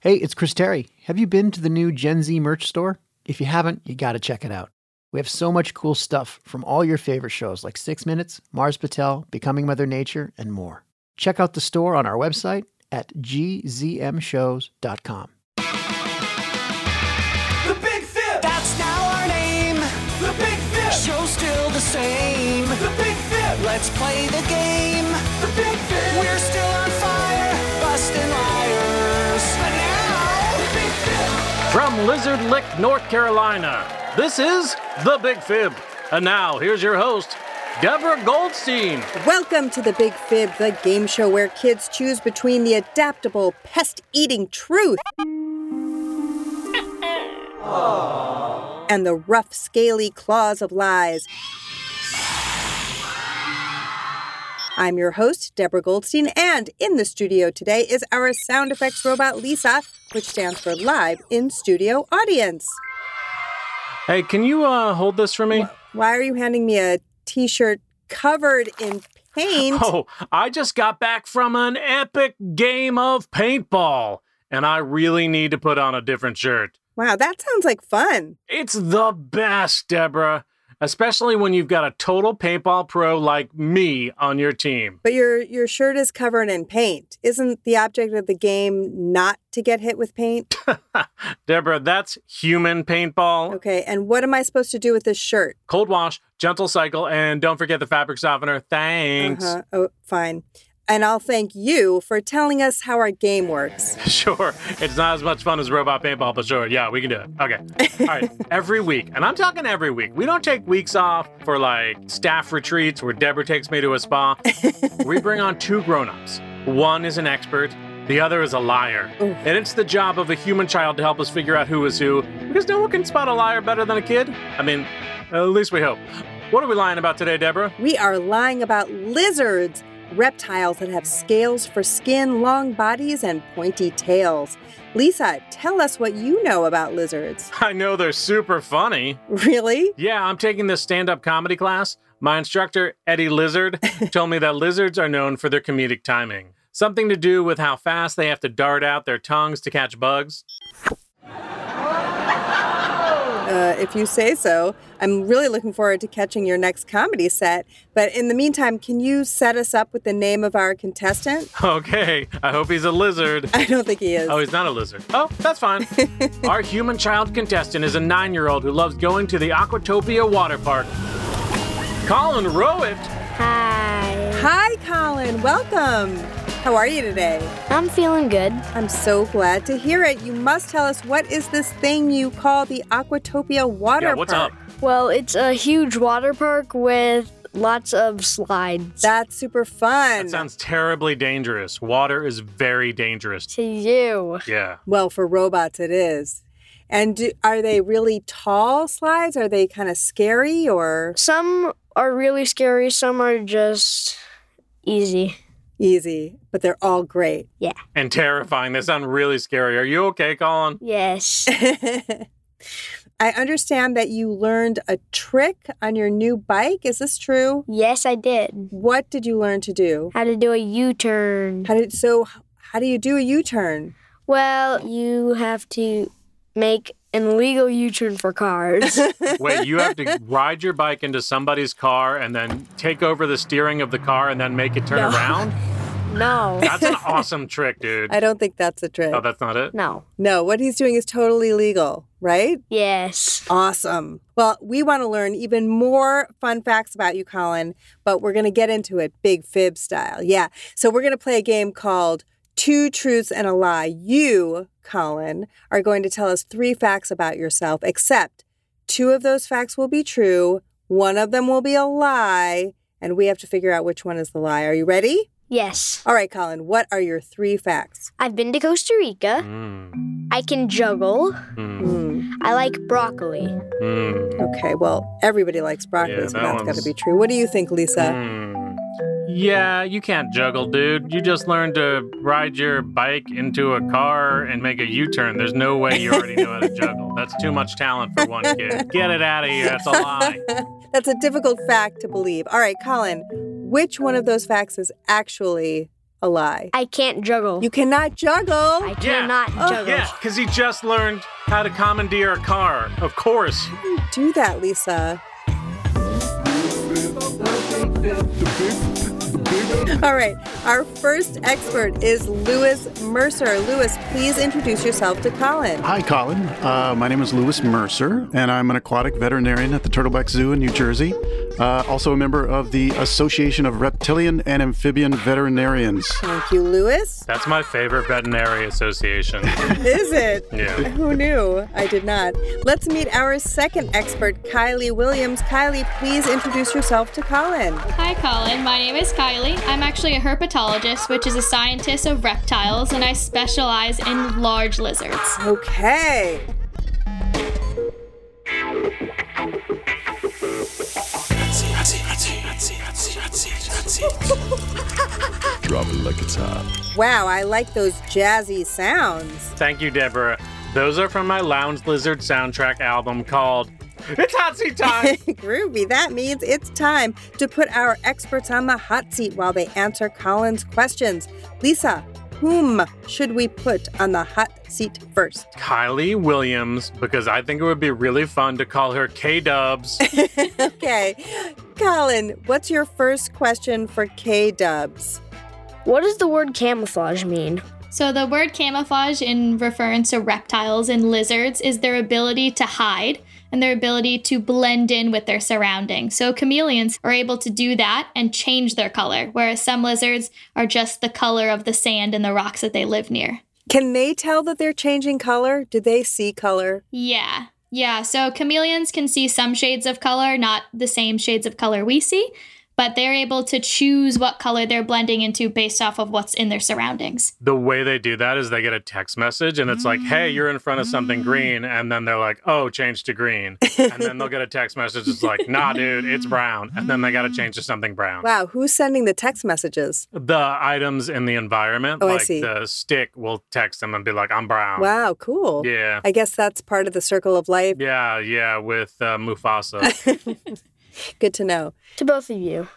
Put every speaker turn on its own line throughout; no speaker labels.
Hey, it's Chris Terry. Have you been to the new Gen Z merch store? If you haven't, you got to check it out. We have so much cool stuff from all your favorite shows like Six Minutes, Mars Patel, Becoming Mother Nature, and more. Check out the store on our website at gzmshows.com.
The Big Fib.
That's now our name.
The Big Fib.
Show's still the same.
The Big Fib.
Let's play the game.
The Big Fib.
We're still on fire, busting liars. But now,
Big Fib.
From Lizard Lick, North Carolina, this is The Big Fib. And now, here's your host, Deborah Goldstein.
Welcome to The Big Fib, the game show where kids choose between the adaptable, pest eating truth and the rough, scaly claws of lies. I'm your host, Deborah Goldstein, and in the studio today is our sound effects robot, Lisa, which stands for Live in Studio Audience.
Hey, can you uh, hold this for me?
Why are you handing me a t shirt covered in paint?
Oh, I just got back from an epic game of paintball, and I really need to put on a different shirt.
Wow, that sounds like fun.
It's the best, Deborah, especially when you've got a total paintball pro like me on your team.
But your your shirt is covered in paint. Isn't the object of the game not to get hit with paint?
Deborah, that's human paintball.
Okay, and what am I supposed to do with this shirt?
cold wash, gentle cycle, and don't forget the fabric softener. Thanks.
Uh-huh. Oh, fine. And I'll thank you for telling us how our game works.
Sure, it's not as much fun as robot paintball, but sure, yeah, we can do it. Okay. All right, every week, and I'm talking every week, we don't take weeks off for like staff retreats where Deborah takes me to a spa. we bring on two grown ups. One is an expert, the other is a liar. And it's the job of a human child to help us figure out who is who, because no one can spot a liar better than a kid. I mean, at least we hope. What are we lying about today, Deborah?
We are lying about lizards, reptiles that have scales for skin, long bodies, and pointy tails. Lisa, tell us what you know about lizards.
I know they're super funny.
Really?
Yeah, I'm taking this stand up comedy class. My instructor, Eddie Lizard, told me that lizards are known for their comedic timing. Something to do with how fast they have to dart out their tongues to catch bugs.
Uh, if you say so. I'm really looking forward to catching your next comedy set. But in the meantime, can you set us up with the name of our contestant?
Okay, I hope he's a lizard.
I don't think he is.
Oh, he's not a lizard. Oh, that's fine. Our human child contestant is a nine year old who loves going to the Aquatopia water park. Colin Rowett.
Hi.
Hi, Colin. Welcome. How are you today?
I'm feeling good.
I'm so glad to hear it. You must tell us what is this thing you call the Aquatopia water
Yeah, what's
park?
up?
Well, it's a huge water park with lots of slides.
That's super fun.
That sounds terribly dangerous. Water is very dangerous.
to you.
Yeah.
well, for robots, it is. And do, are they really tall slides? Are they kind of scary or
Some are really scary, some are just easy.
easy? But they're all great.
And terrifying. They sound really scary. Are you okay, Colin?
Yes.
I understand that you learned a trick on your new bike. Is this true?
yes, I did.
What did you learn to do?
How to do a U turn.
How did so how do you do a U-turn?
Well, you have to make an illegal U turn for cars.
Wait, you have to ride your bike into somebody's car and then take over the steering of the car and then make it turn
No.
around?
no.
That's an awesome trick, dude.
I don't think that's a trick.
Oh, that's not it?
No.
no, what he's doing is totally legal, right?
Yes.
Awesome. Well, we want to learn even more fun facts about you, Colin, but we're going to get into it big fib style. Yeah. So we're going to play a game called Two Truths and a Lie. You, Colin, are going to tell us three facts about yourself, except two of those facts will be true, one of them will be a lie, and we have to figure out which one is the lie. Are you ready?
Yes.
All right, Colin, what are your three facts?
I've been to Costa Rica.
Mm,
I can juggle.
mm,
Hmm.
I like broccoli.
mm,
Okay, well, everybody likes broccoli,
Yeah,
so
that
that's got
one's-
to be true. What do you think, Lisa?
mm. Yeah, you can't juggle, dude. You just learned to ride your bike into a car and make a U turn. There's no way you already know how to juggle. That's too much talent for one kid. Get it out of here. That's a lie.
That's a difficult fact to believe. All right, Colin, which one of those facts is actually a lie.
I can't juggle.
You cannot
I
juggle.
cannot
Oh,
juggle.
Yeah, because he just learned how to commandeer a car. Of course.
Do that, Lisa. All right, our first expert is Lewis Mercer. Lewis, please introduce yourself to Colin.
Hi, Colin. Uh, my name is Lewis Mercer, and I'm an aquatic veterinarian at the Turtleback Zoo in New Jersey. Uh, also, a member of the Association of Reptilian and Amphibian Veterinarians.
Thank you, Lewis.
That's my favorite veterinary association.
Is it?
Yeah.
Who knew? I did not. Let's meet our second expert, Kylie Williams. Kylie, please introduce yourself to Colin.
Hi, Colin. My name is Kylie. I'm actually a herpetologist, which is a scientist of reptiles, and I specialize in large lizards.
Okay.
Dropping like it's hot.
Wow, I like those jazzy sounds.
Thank you, Deborah. Those are from my Lounge Lizard soundtrack album called It's Hot Seat Time.
Groovy, that means it's time to put our experts on the hot seat while they answer Colin's questions. Lisa, whom should we put on the hot seat first?
Kylie Williams, because I think it would be really fun to call her K Dubs.
Okay. Colin, what's your first question for K Dubs?
What does the word camouflage mean?
So, the word camouflage in reference to reptiles and lizards is their ability to hide and their ability to blend in with their surroundings. So, chameleons are able to do that and change their color, whereas some lizards are just the color of the sand and the rocks that they live near.
Can they tell that they're changing color? Do they see color?
Yeah. Yeah. So chameleons can see some shades of color, not the same shades of color we see, but they're able to choose what color they're blending into based off of what's in their surroundings.
the way they do that is they get a text message and it's like, hey, you're in front of
Mm.
something green. And then they're like, oh, change to green. And then they'll get a text message that's like, nah, dude, it's brown. And then they got to change to something brown.
Wow, who's sending the text messages?
The items in the environment,
Oh, I
like
see.
the stick will text them and be like, I'm brown.
Wow, cool.
Oh. Yeah.
I guess that's part of the circle of life.
Yeah, yeah, with uh, Mufasa.
Good to know.
To both of you.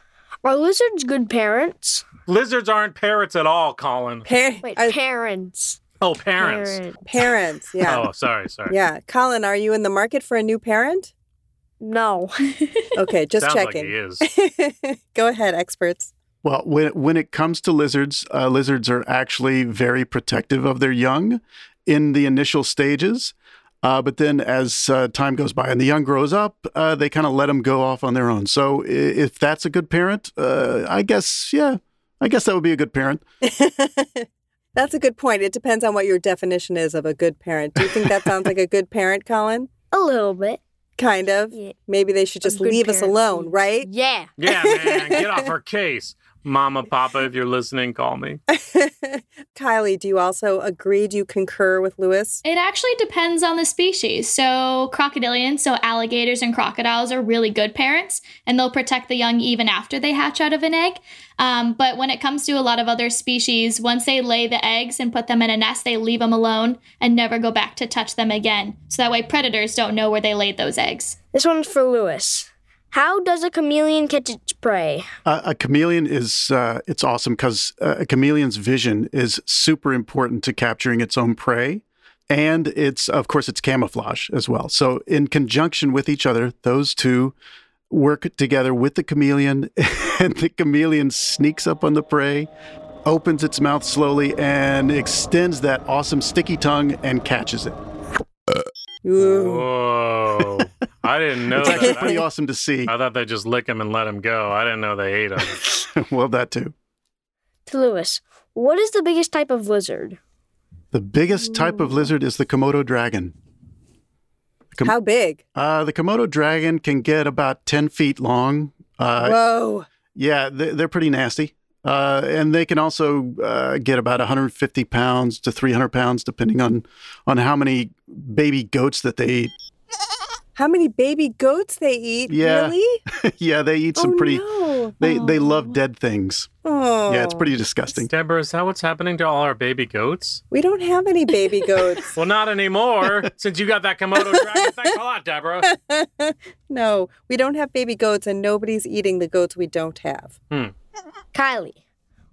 Are lizards good parents?
Lizards aren't parrots at all, Colin.
Pa-
Wait,
are-
parents.
Oh, parents.
parents, yeah.
Oh, sorry, sorry.
Yeah. Colin, are you in the market for a new parent?
No.
Okay, just
Sounds like he
checking.
is.
Go ahead, experts.
Well, when, when it comes to lizards, uh, lizards are actually very protective of their young in the initial stages. Uh, but then as uh, time goes by and the young grows up, uh, they kind of let them go off on their own. So i- if that's a good parent, uh, I guess, yeah, I guess that would be a good parent.
That's a good point. It depends on what your definition is of a good parent. Do you think that sounds like a good parent, Colin?
A little bit.
Kind of.
Yeah.
Maybe they should
A
just
good
leave us
parent,
alone,
please.
right?
Yeah.
Yeah, man, get off her case. Mama, Papa, if you're listening, call me.
Kylie, do you also agree? Do you concur with Lewis?
It actually depends on the species. So, crocodilians, so alligators and crocodiles, are really good parents and they'll protect the young even after they hatch out of an egg. Um, but when it comes to a lot of other species, once they lay the eggs and put them in a nest, they leave them alone and never go back to touch them again. So that way, predators don't know where they laid those eggs.
This one's for Lewis. How does a chameleon catch its prey?
Uh, a chameleon is uh, it's awesome because uh, a chameleon's vision is super important to capturing its own prey, and it's of course it's camouflage as well. So in conjunction with each other, those two work together with the chameleon, and the chameleon sneaks up on the prey, opens its mouth slowly, and extends that awesome sticky tongue and catches it.
Oh.
Ooh.
Whoa. I didn't know
It's actually
that.
pretty
I,
awesome to see.
I thought they just lick him and let him go. I didn't know they ate him.
well, that too.
To Lewis, what is the biggest type of lizard?
The biggest type of lizard is the Komodo dragon. Come-
How big?
Uh, the Komodo dragon can get about 10 feet long. Uh,
Whoa.
yeah, they- they're pretty nasty. Uh, and they can also uh, get about 150 pounds to 300 pounds, depending on, on how many baby goats that they eat.
How many baby goats they eat?
Yeah.
Really?
yeah, they eat some
oh,
pretty,
No.
they, they love dead things.
Oh.
Yeah, it's pretty disgusting.
Deborah, is that what's happening to all our baby goats?
We don't have any baby goats.
Well, not anymore, since you got that Komodo dragon. Thanks a lot, Deborah.
no, we don't have baby goats, and nobody's eating the goats we don't have.
Kylie,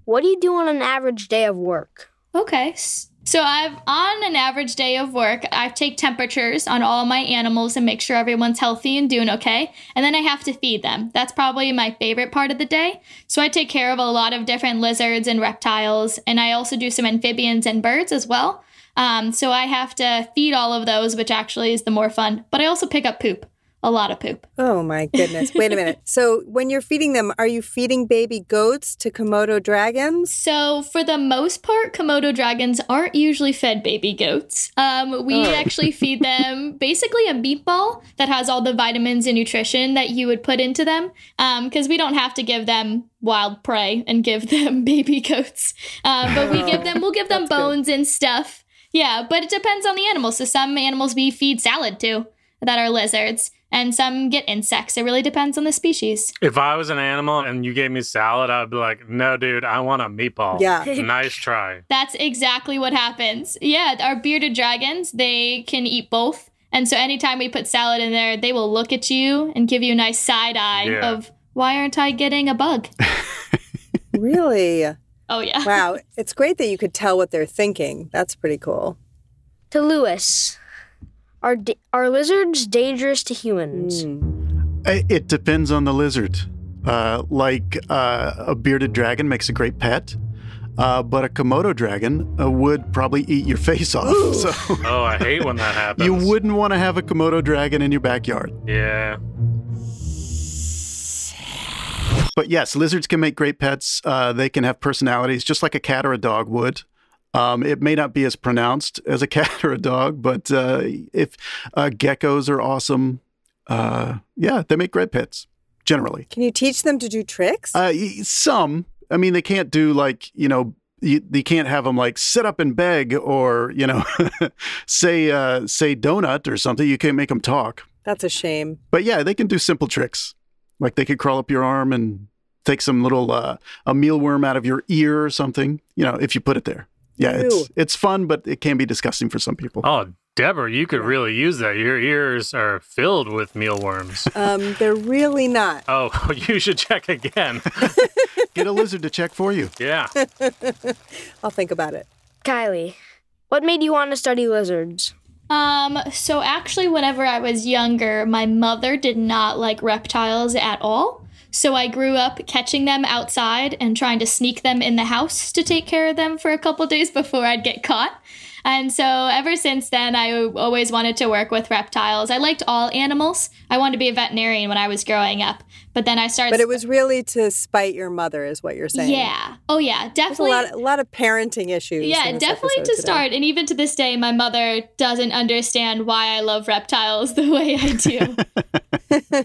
What do you do on an average day of work?
Okay. s- So I've on an average day of work, I take temperatures on all my animals and make sure everyone's healthy and doing okay. And then I have to feed them. That's probably my favorite part of the day. So I take care of a lot of different lizards and reptiles, and I also do some amphibians and birds as well. Um, so I have to feed all of those, which actually is the more fun. But I also pick up poop, a lot of poop.
Oh my goodness. Wait a minute. So, when you're feeding them, are you feeding baby goats to Komodo dragons?
So, for the most part, Komodo dragons aren't usually fed baby goats. Um, we actually feed them basically a meatball that has all the vitamins and nutrition that you would put into them because we don't have to give them wild prey and give them baby goats. Um, but we give them, we'll give them bones and stuff. Yeah, but it depends on the animal. So, some animals we feed salad to that are lizards, and some get insects. It really depends on the species.
If I was an animal and you gave me salad, I'd be like, no, dude, I want a meatball.
Yeah.
nice try.
That's exactly what happens. Yeah, our bearded dragons, they can eat both. And so anytime we put salad in there, they will look at you and give you a nice side eye
Yeah.
of, why aren't I getting a bug?
Really?
Oh, yeah.
Wow. It's great that you could tell what they're thinking. That's pretty cool.
To Lewis, are da- are lizards dangerous to humans?
I- It depends on the lizard. Uh, like uh, a bearded dragon makes a great pet, uh, but a Komodo dragon uh, would probably eat your face off. So
Oh, I hate when that happens.
you wouldn't want to have a Komodo dragon in your backyard.
Yeah.
But yes, lizards can make great pets. Uh, they can have personalities just like a cat or a dog would. Um, it may not be as pronounced as a cat or a dog, but uh, if uh, geckos are awesome, uh, yeah, they make great pets generally.
Can you teach them to do tricks?
Uh, y- some. I mean, they can't do like you know. You, you can't have them like sit up and beg or you know say uh, say donut or something. You can't make them talk.
That's a shame.
But yeah, they can do simple tricks. Like they could crawl up your arm and take some little uh, a mealworm out of your ear or something. You know, if you put it there. Yeah,
Ew.
it's it's fun, but it can be disgusting for some people.
Oh, Deborah, you could really use that. Your ears are filled with mealworms.
Um, they're really not.
Oh, you should check again.
Get a lizard to check for you.
Yeah.
I'll think about it.
Kylie, what made you want to study lizards?
Um, so actually, whenever I was younger, my mother did not like reptiles at all. So I grew up catching them outside and trying to sneak them in the house to take care of them for a couple days before I'd get caught. And so ever since then, I always wanted to work with reptiles. I liked all animals. I wanted to be a veterinarian when I was growing up, but then I started.
But it was really to spite your mother, is what you're saying.
yeah. Oh
There's
yeah,
a
definitely.
lot, a lot of parenting issues.
Yeah,
in this
definitely to
episode today.
start. And even to this day, my mother doesn't understand why I love reptiles the way I do.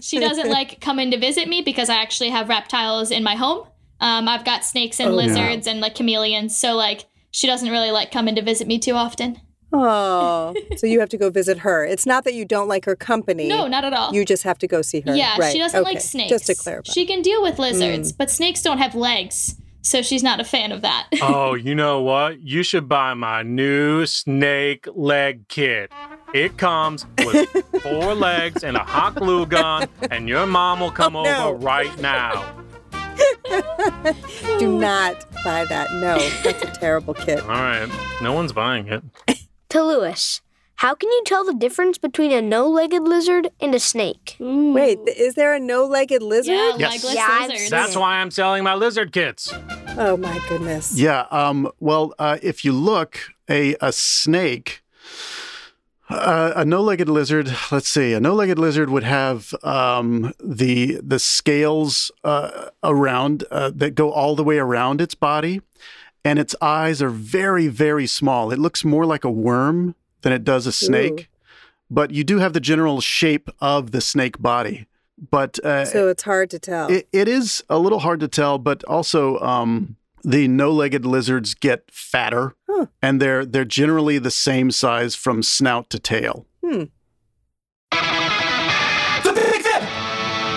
she doesn't like coming to visit me because I actually have reptiles in my home. Um, I've got snakes
Oh,
and lizards and like chameleons. So, like, she doesn't really like coming to visit me too often.
Oh, so you have to go visit her. It's not that you don't like her company.
No, not at all.
You just have to go see her.
yeah,
Right,
she doesn't
okay.
like snakes.
Just to clarify. Hmm.
She can deal with lizards, but snakes don't have legs. So, she's not a fan of that.
Oh, you know what? You should buy my new snake leg kit. It comes with four legs and a hot glue gun, and your mom will come
Oh,
over
no.
right now.
Do not buy that. No, that's a terrible kid.
All right. No one's buying it.
To Lewis, how can you tell the difference between a no-legged lizard and a snake?
Wait, th- is there a no-legged lizard?
yeah,
Yes.
legless
Yeah, I've
lizards.
That's why I'm selling my lizard kits.
Oh my goodness.
Yeah. Um, well, uh, if you look, a a snake, uh, a no-legged lizard. Let's see, a no-legged lizard would have um, the the scales uh, around uh, that go all the way around its body, and its eyes are very very small. It looks more like a worm than it does a snake. But you do have the general shape of the snake body. But uh,
So it's hard to tell.
it, it is a little hard to tell, but also um, the no-legged lizards get fatter,
Huh.
and they're they're generally the same size from snout to tail.
Hmm.
The Big Fib!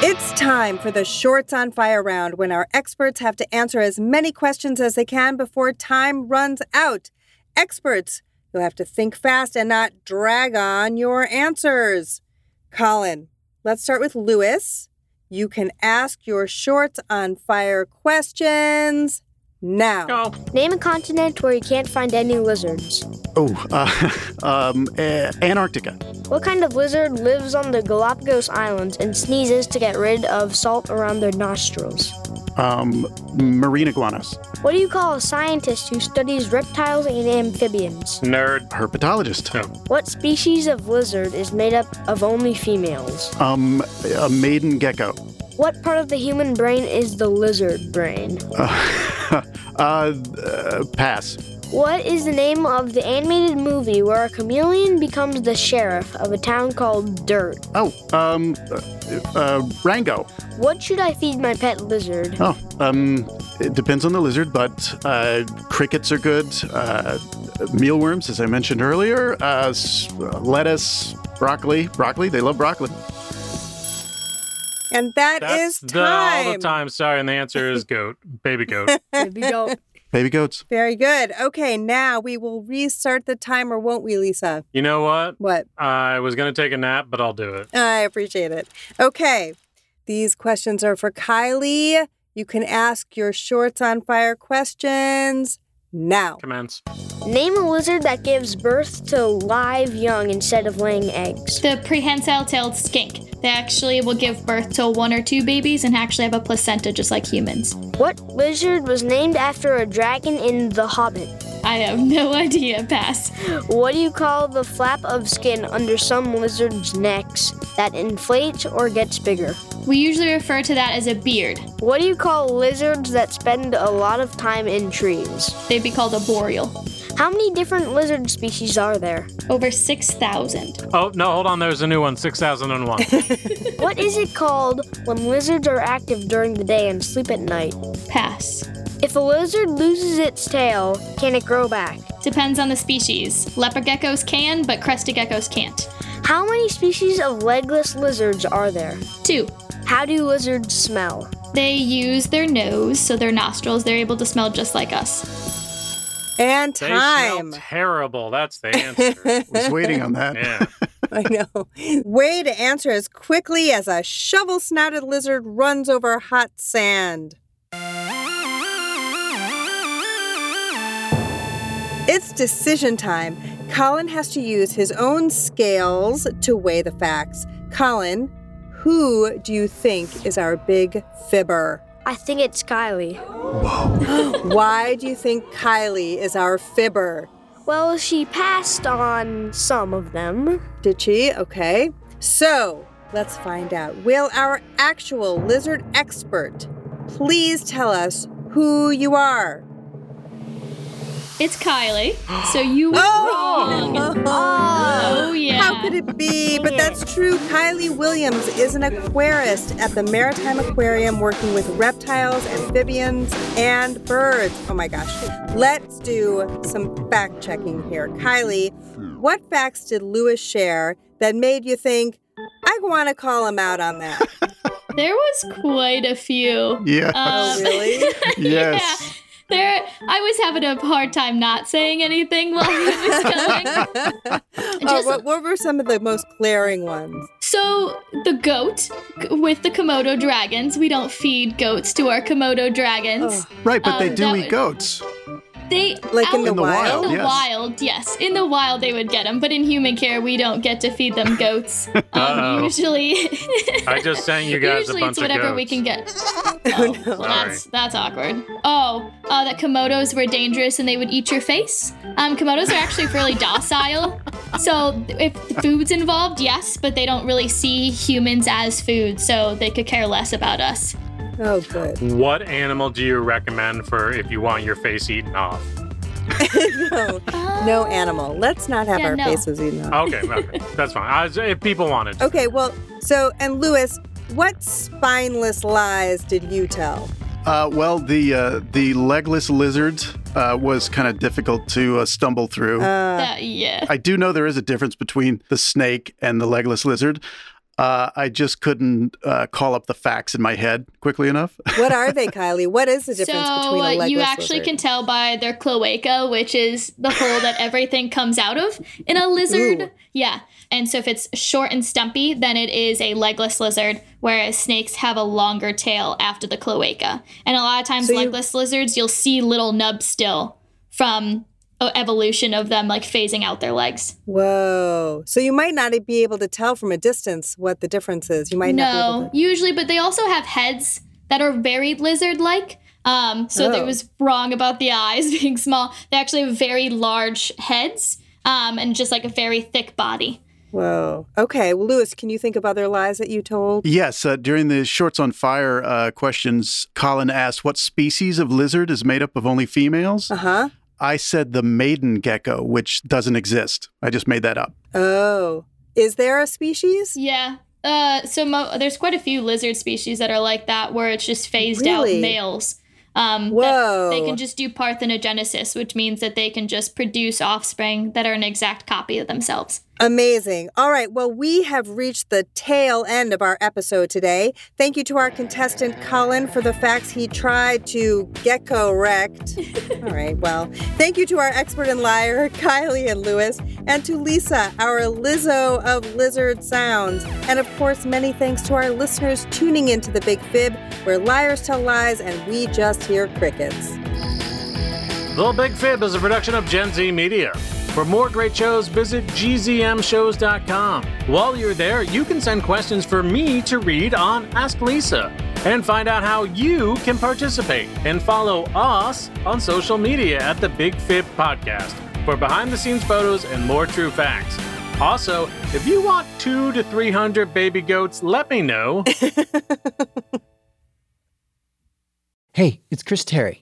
It's time for the Shorts on Fire round when our experts have to answer as many questions as they can before time runs out. Experts, you'll have to think fast and not drag on your answers. Colin, let's start with Lewis. You can ask your Shorts on Fire questions now.
No.
Name a continent where you can't find any lizards.
Oh, uh, um, eh, Antarctica.
What kind of lizard lives on the Galapagos Islands and sneezes to get rid of salt around their nostrils?
Um, marine iguanas.
What do you call a scientist who studies reptiles and amphibians?
Nerd.
Herpetologist.
No.
What species of lizard is made up of only females?
Um, a maiden gecko.
What part of the human brain is the lizard brain?
Uh, uh, pass.
What is the name of the animated movie where a chameleon becomes the sheriff of a town called Dirt?
Oh, um, uh, uh, Rango.
What should I feed my pet lizard?
Oh, um, it depends on the lizard, but uh, crickets are good. Uh, mealworms, as I mentioned earlier. Uh, s- uh, lettuce, broccoli, broccoli. They love broccoli.
And that is
That's the,
time.
all the time. Sorry, and the answer is goat, baby goat.
Baby goat.
Baby goats.
Very good. Okay, now we will restart the timer, won't we, Lisa?
You know what?
What?
I was gonna take a nap, but I'll do it.
I appreciate it. Okay, these questions are for Kylie. You can ask your shorts on fire questions now.
Commence.
Name a lizard that gives birth to live young instead of laying eggs.
The prehensile tailed skink. They actually will give birth to one or two babies and actually have a placenta just like humans.
What lizard was named after a dragon in The Hobbit?
I have no idea, pass.
What do you call the flap of skin under some lizards' necks that inflates or gets bigger?
We usually refer to that as a beard.
What do you call lizards that spend a lot of time in trees?
They'd be called a boreal.
How many different lizard species are there?
Over 6,000.
Oh no, hold on. There's a new one. Six thousand and one.
What is it called when lizards are active during the day and sleep at night?
Pass.
If a lizard loses its tail, can it grow back?
Depends on the species. Leopard geckos can, but crested geckos can't.
How many species of legless lizards are there?
Two,
How do lizards smell?
they use their nose, so their nostrils, they're able to smell just like us.
And
They
time.
smell terrible. That's the answer.
Was waiting on that.
yeah.
I know. Way to answer as quickly as a shovel snouted lizard runs over hot sand. It's decision time. Colin has to use his own scales to weigh the facts. Colin, who do you think is our big fibber?
I think it's Kylie.
Why do you think Kylie is our fibber?
Well, she passed on some of them.
Did she? Okay. So let's find out. Will our actual lizard expert please tell us who you are?
It's Kylie, so you were
Oh!
wrong. Oh, yeah.
How could it be? But that's true. Kylie Williams is an aquarist at the Maritime Aquarium working with reptiles, amphibians, and birds. Oh my gosh. Let's do some fact checking here. Kylie, what facts did Lewis share that made you think, I want to call him out on that?
Um, There was quite a few.
Yes.
Um,
Oh, really?
yes.
There, I was having a hard time not saying anything while he was going.
oh,
Just-
what, what were some of the most glaring ones?
So the goat g- with the Komodo dragons. We don't feed goats to our Komodo dragons.
Right, but they
Um,
do
that
eat
was-
goats.
They
Oh. Like in
out-
the,
In the
wild?
in the
yes.
wild, yes. In the wild, they would get them, but in human care, we don't get to feed them goats.
Uh-oh.
Um, usually,
I just sent you guys
usually
a bunch
it's whatever
of goats.
we can get. Oh, well, that's that's awkward. Oh, uh, that komodos were dangerous and they would eat your face. Um, komodos are actually really docile, so if the food's involved, yes, but they don't really see humans as food, so they could care less about us.
Oh, good.
What animal do you recommend for if you want your face eaten off?
no, no animal. Let's not have
Yeah,
our
no.
faces eaten off.
Okay, okay, that's fine. I was, if people wanted, to.
Okay, well, so, and Lewis, what spineless lies did you tell?
Uh, well, the uh, the legless lizard uh, was kind of difficult to uh, stumble through.
Uh,
That- yeah.
I do know there is a difference between the snake and the legless lizard. Uh, I just couldn't uh, call up the facts in my head quickly enough.
What are they, Kylie? What is the
So
difference between a
uh,
legless
you actually
lizard?
can tell by their cloaca, which is the hole that everything comes out of in a lizard.
Ooh.
Yeah. And so if it's short and stumpy, then it is a legless lizard, whereas snakes have a longer tail after the cloaca. And a lot of times,
So you-
legless lizards, you'll see little nubs still from uh, evolution of them like phasing out their legs.
Whoa. So you might not be able to tell from a distance what the difference is. You might not be
no,
able to.
usually, but they also have heads that are very lizard like. Um, so they
Oh.
was wrong about the eyes being small. They actually have very large heads um, and just like a very thick body.
Whoa. Okay. Well, Lewis, can you think of other lies that you told?
Yes, uh, during the Shorts on Fire uh, questions, Colin asked, What species of lizard is made up of only females?
Uh huh.
I said the maiden gecko, which doesn't exist. I just made that up.
Oh. Is there a species?
Yeah. Uh, so mo- there's quite a few lizard species that are like that, where it's just phased
Really?
out males. Um, that They
Whoa.
can just do parthenogenesis, which means that they can just produce offspring that are an exact copy of themselves.
Amazing. All right. Well, we have reached the tail end of our episode today. Thank you to our contestant, Colin, for the facts he tried to gecko wrecked. All right. Well, thank you to our expert and liar, Kylie and Lewis, and to Lisa, our Lizzo of Lizard Sounds. And of course, many thanks to our listeners tuning into The Big Fib, where liars tell lies and we just hear crickets.
Little Big Fib is a production of Gen Z Media. For more great shows, visit gzmshows.com. While you're there, you can send questions for me to read on Ask Lisa and find out how you can participate and follow us on social media at the Big Fib Podcast for behind the scenes photos and more true facts. Also, if you want two to 300 baby goats, let me know.
Hey, it's Chris Terry,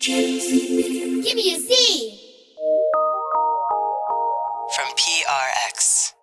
From PRX.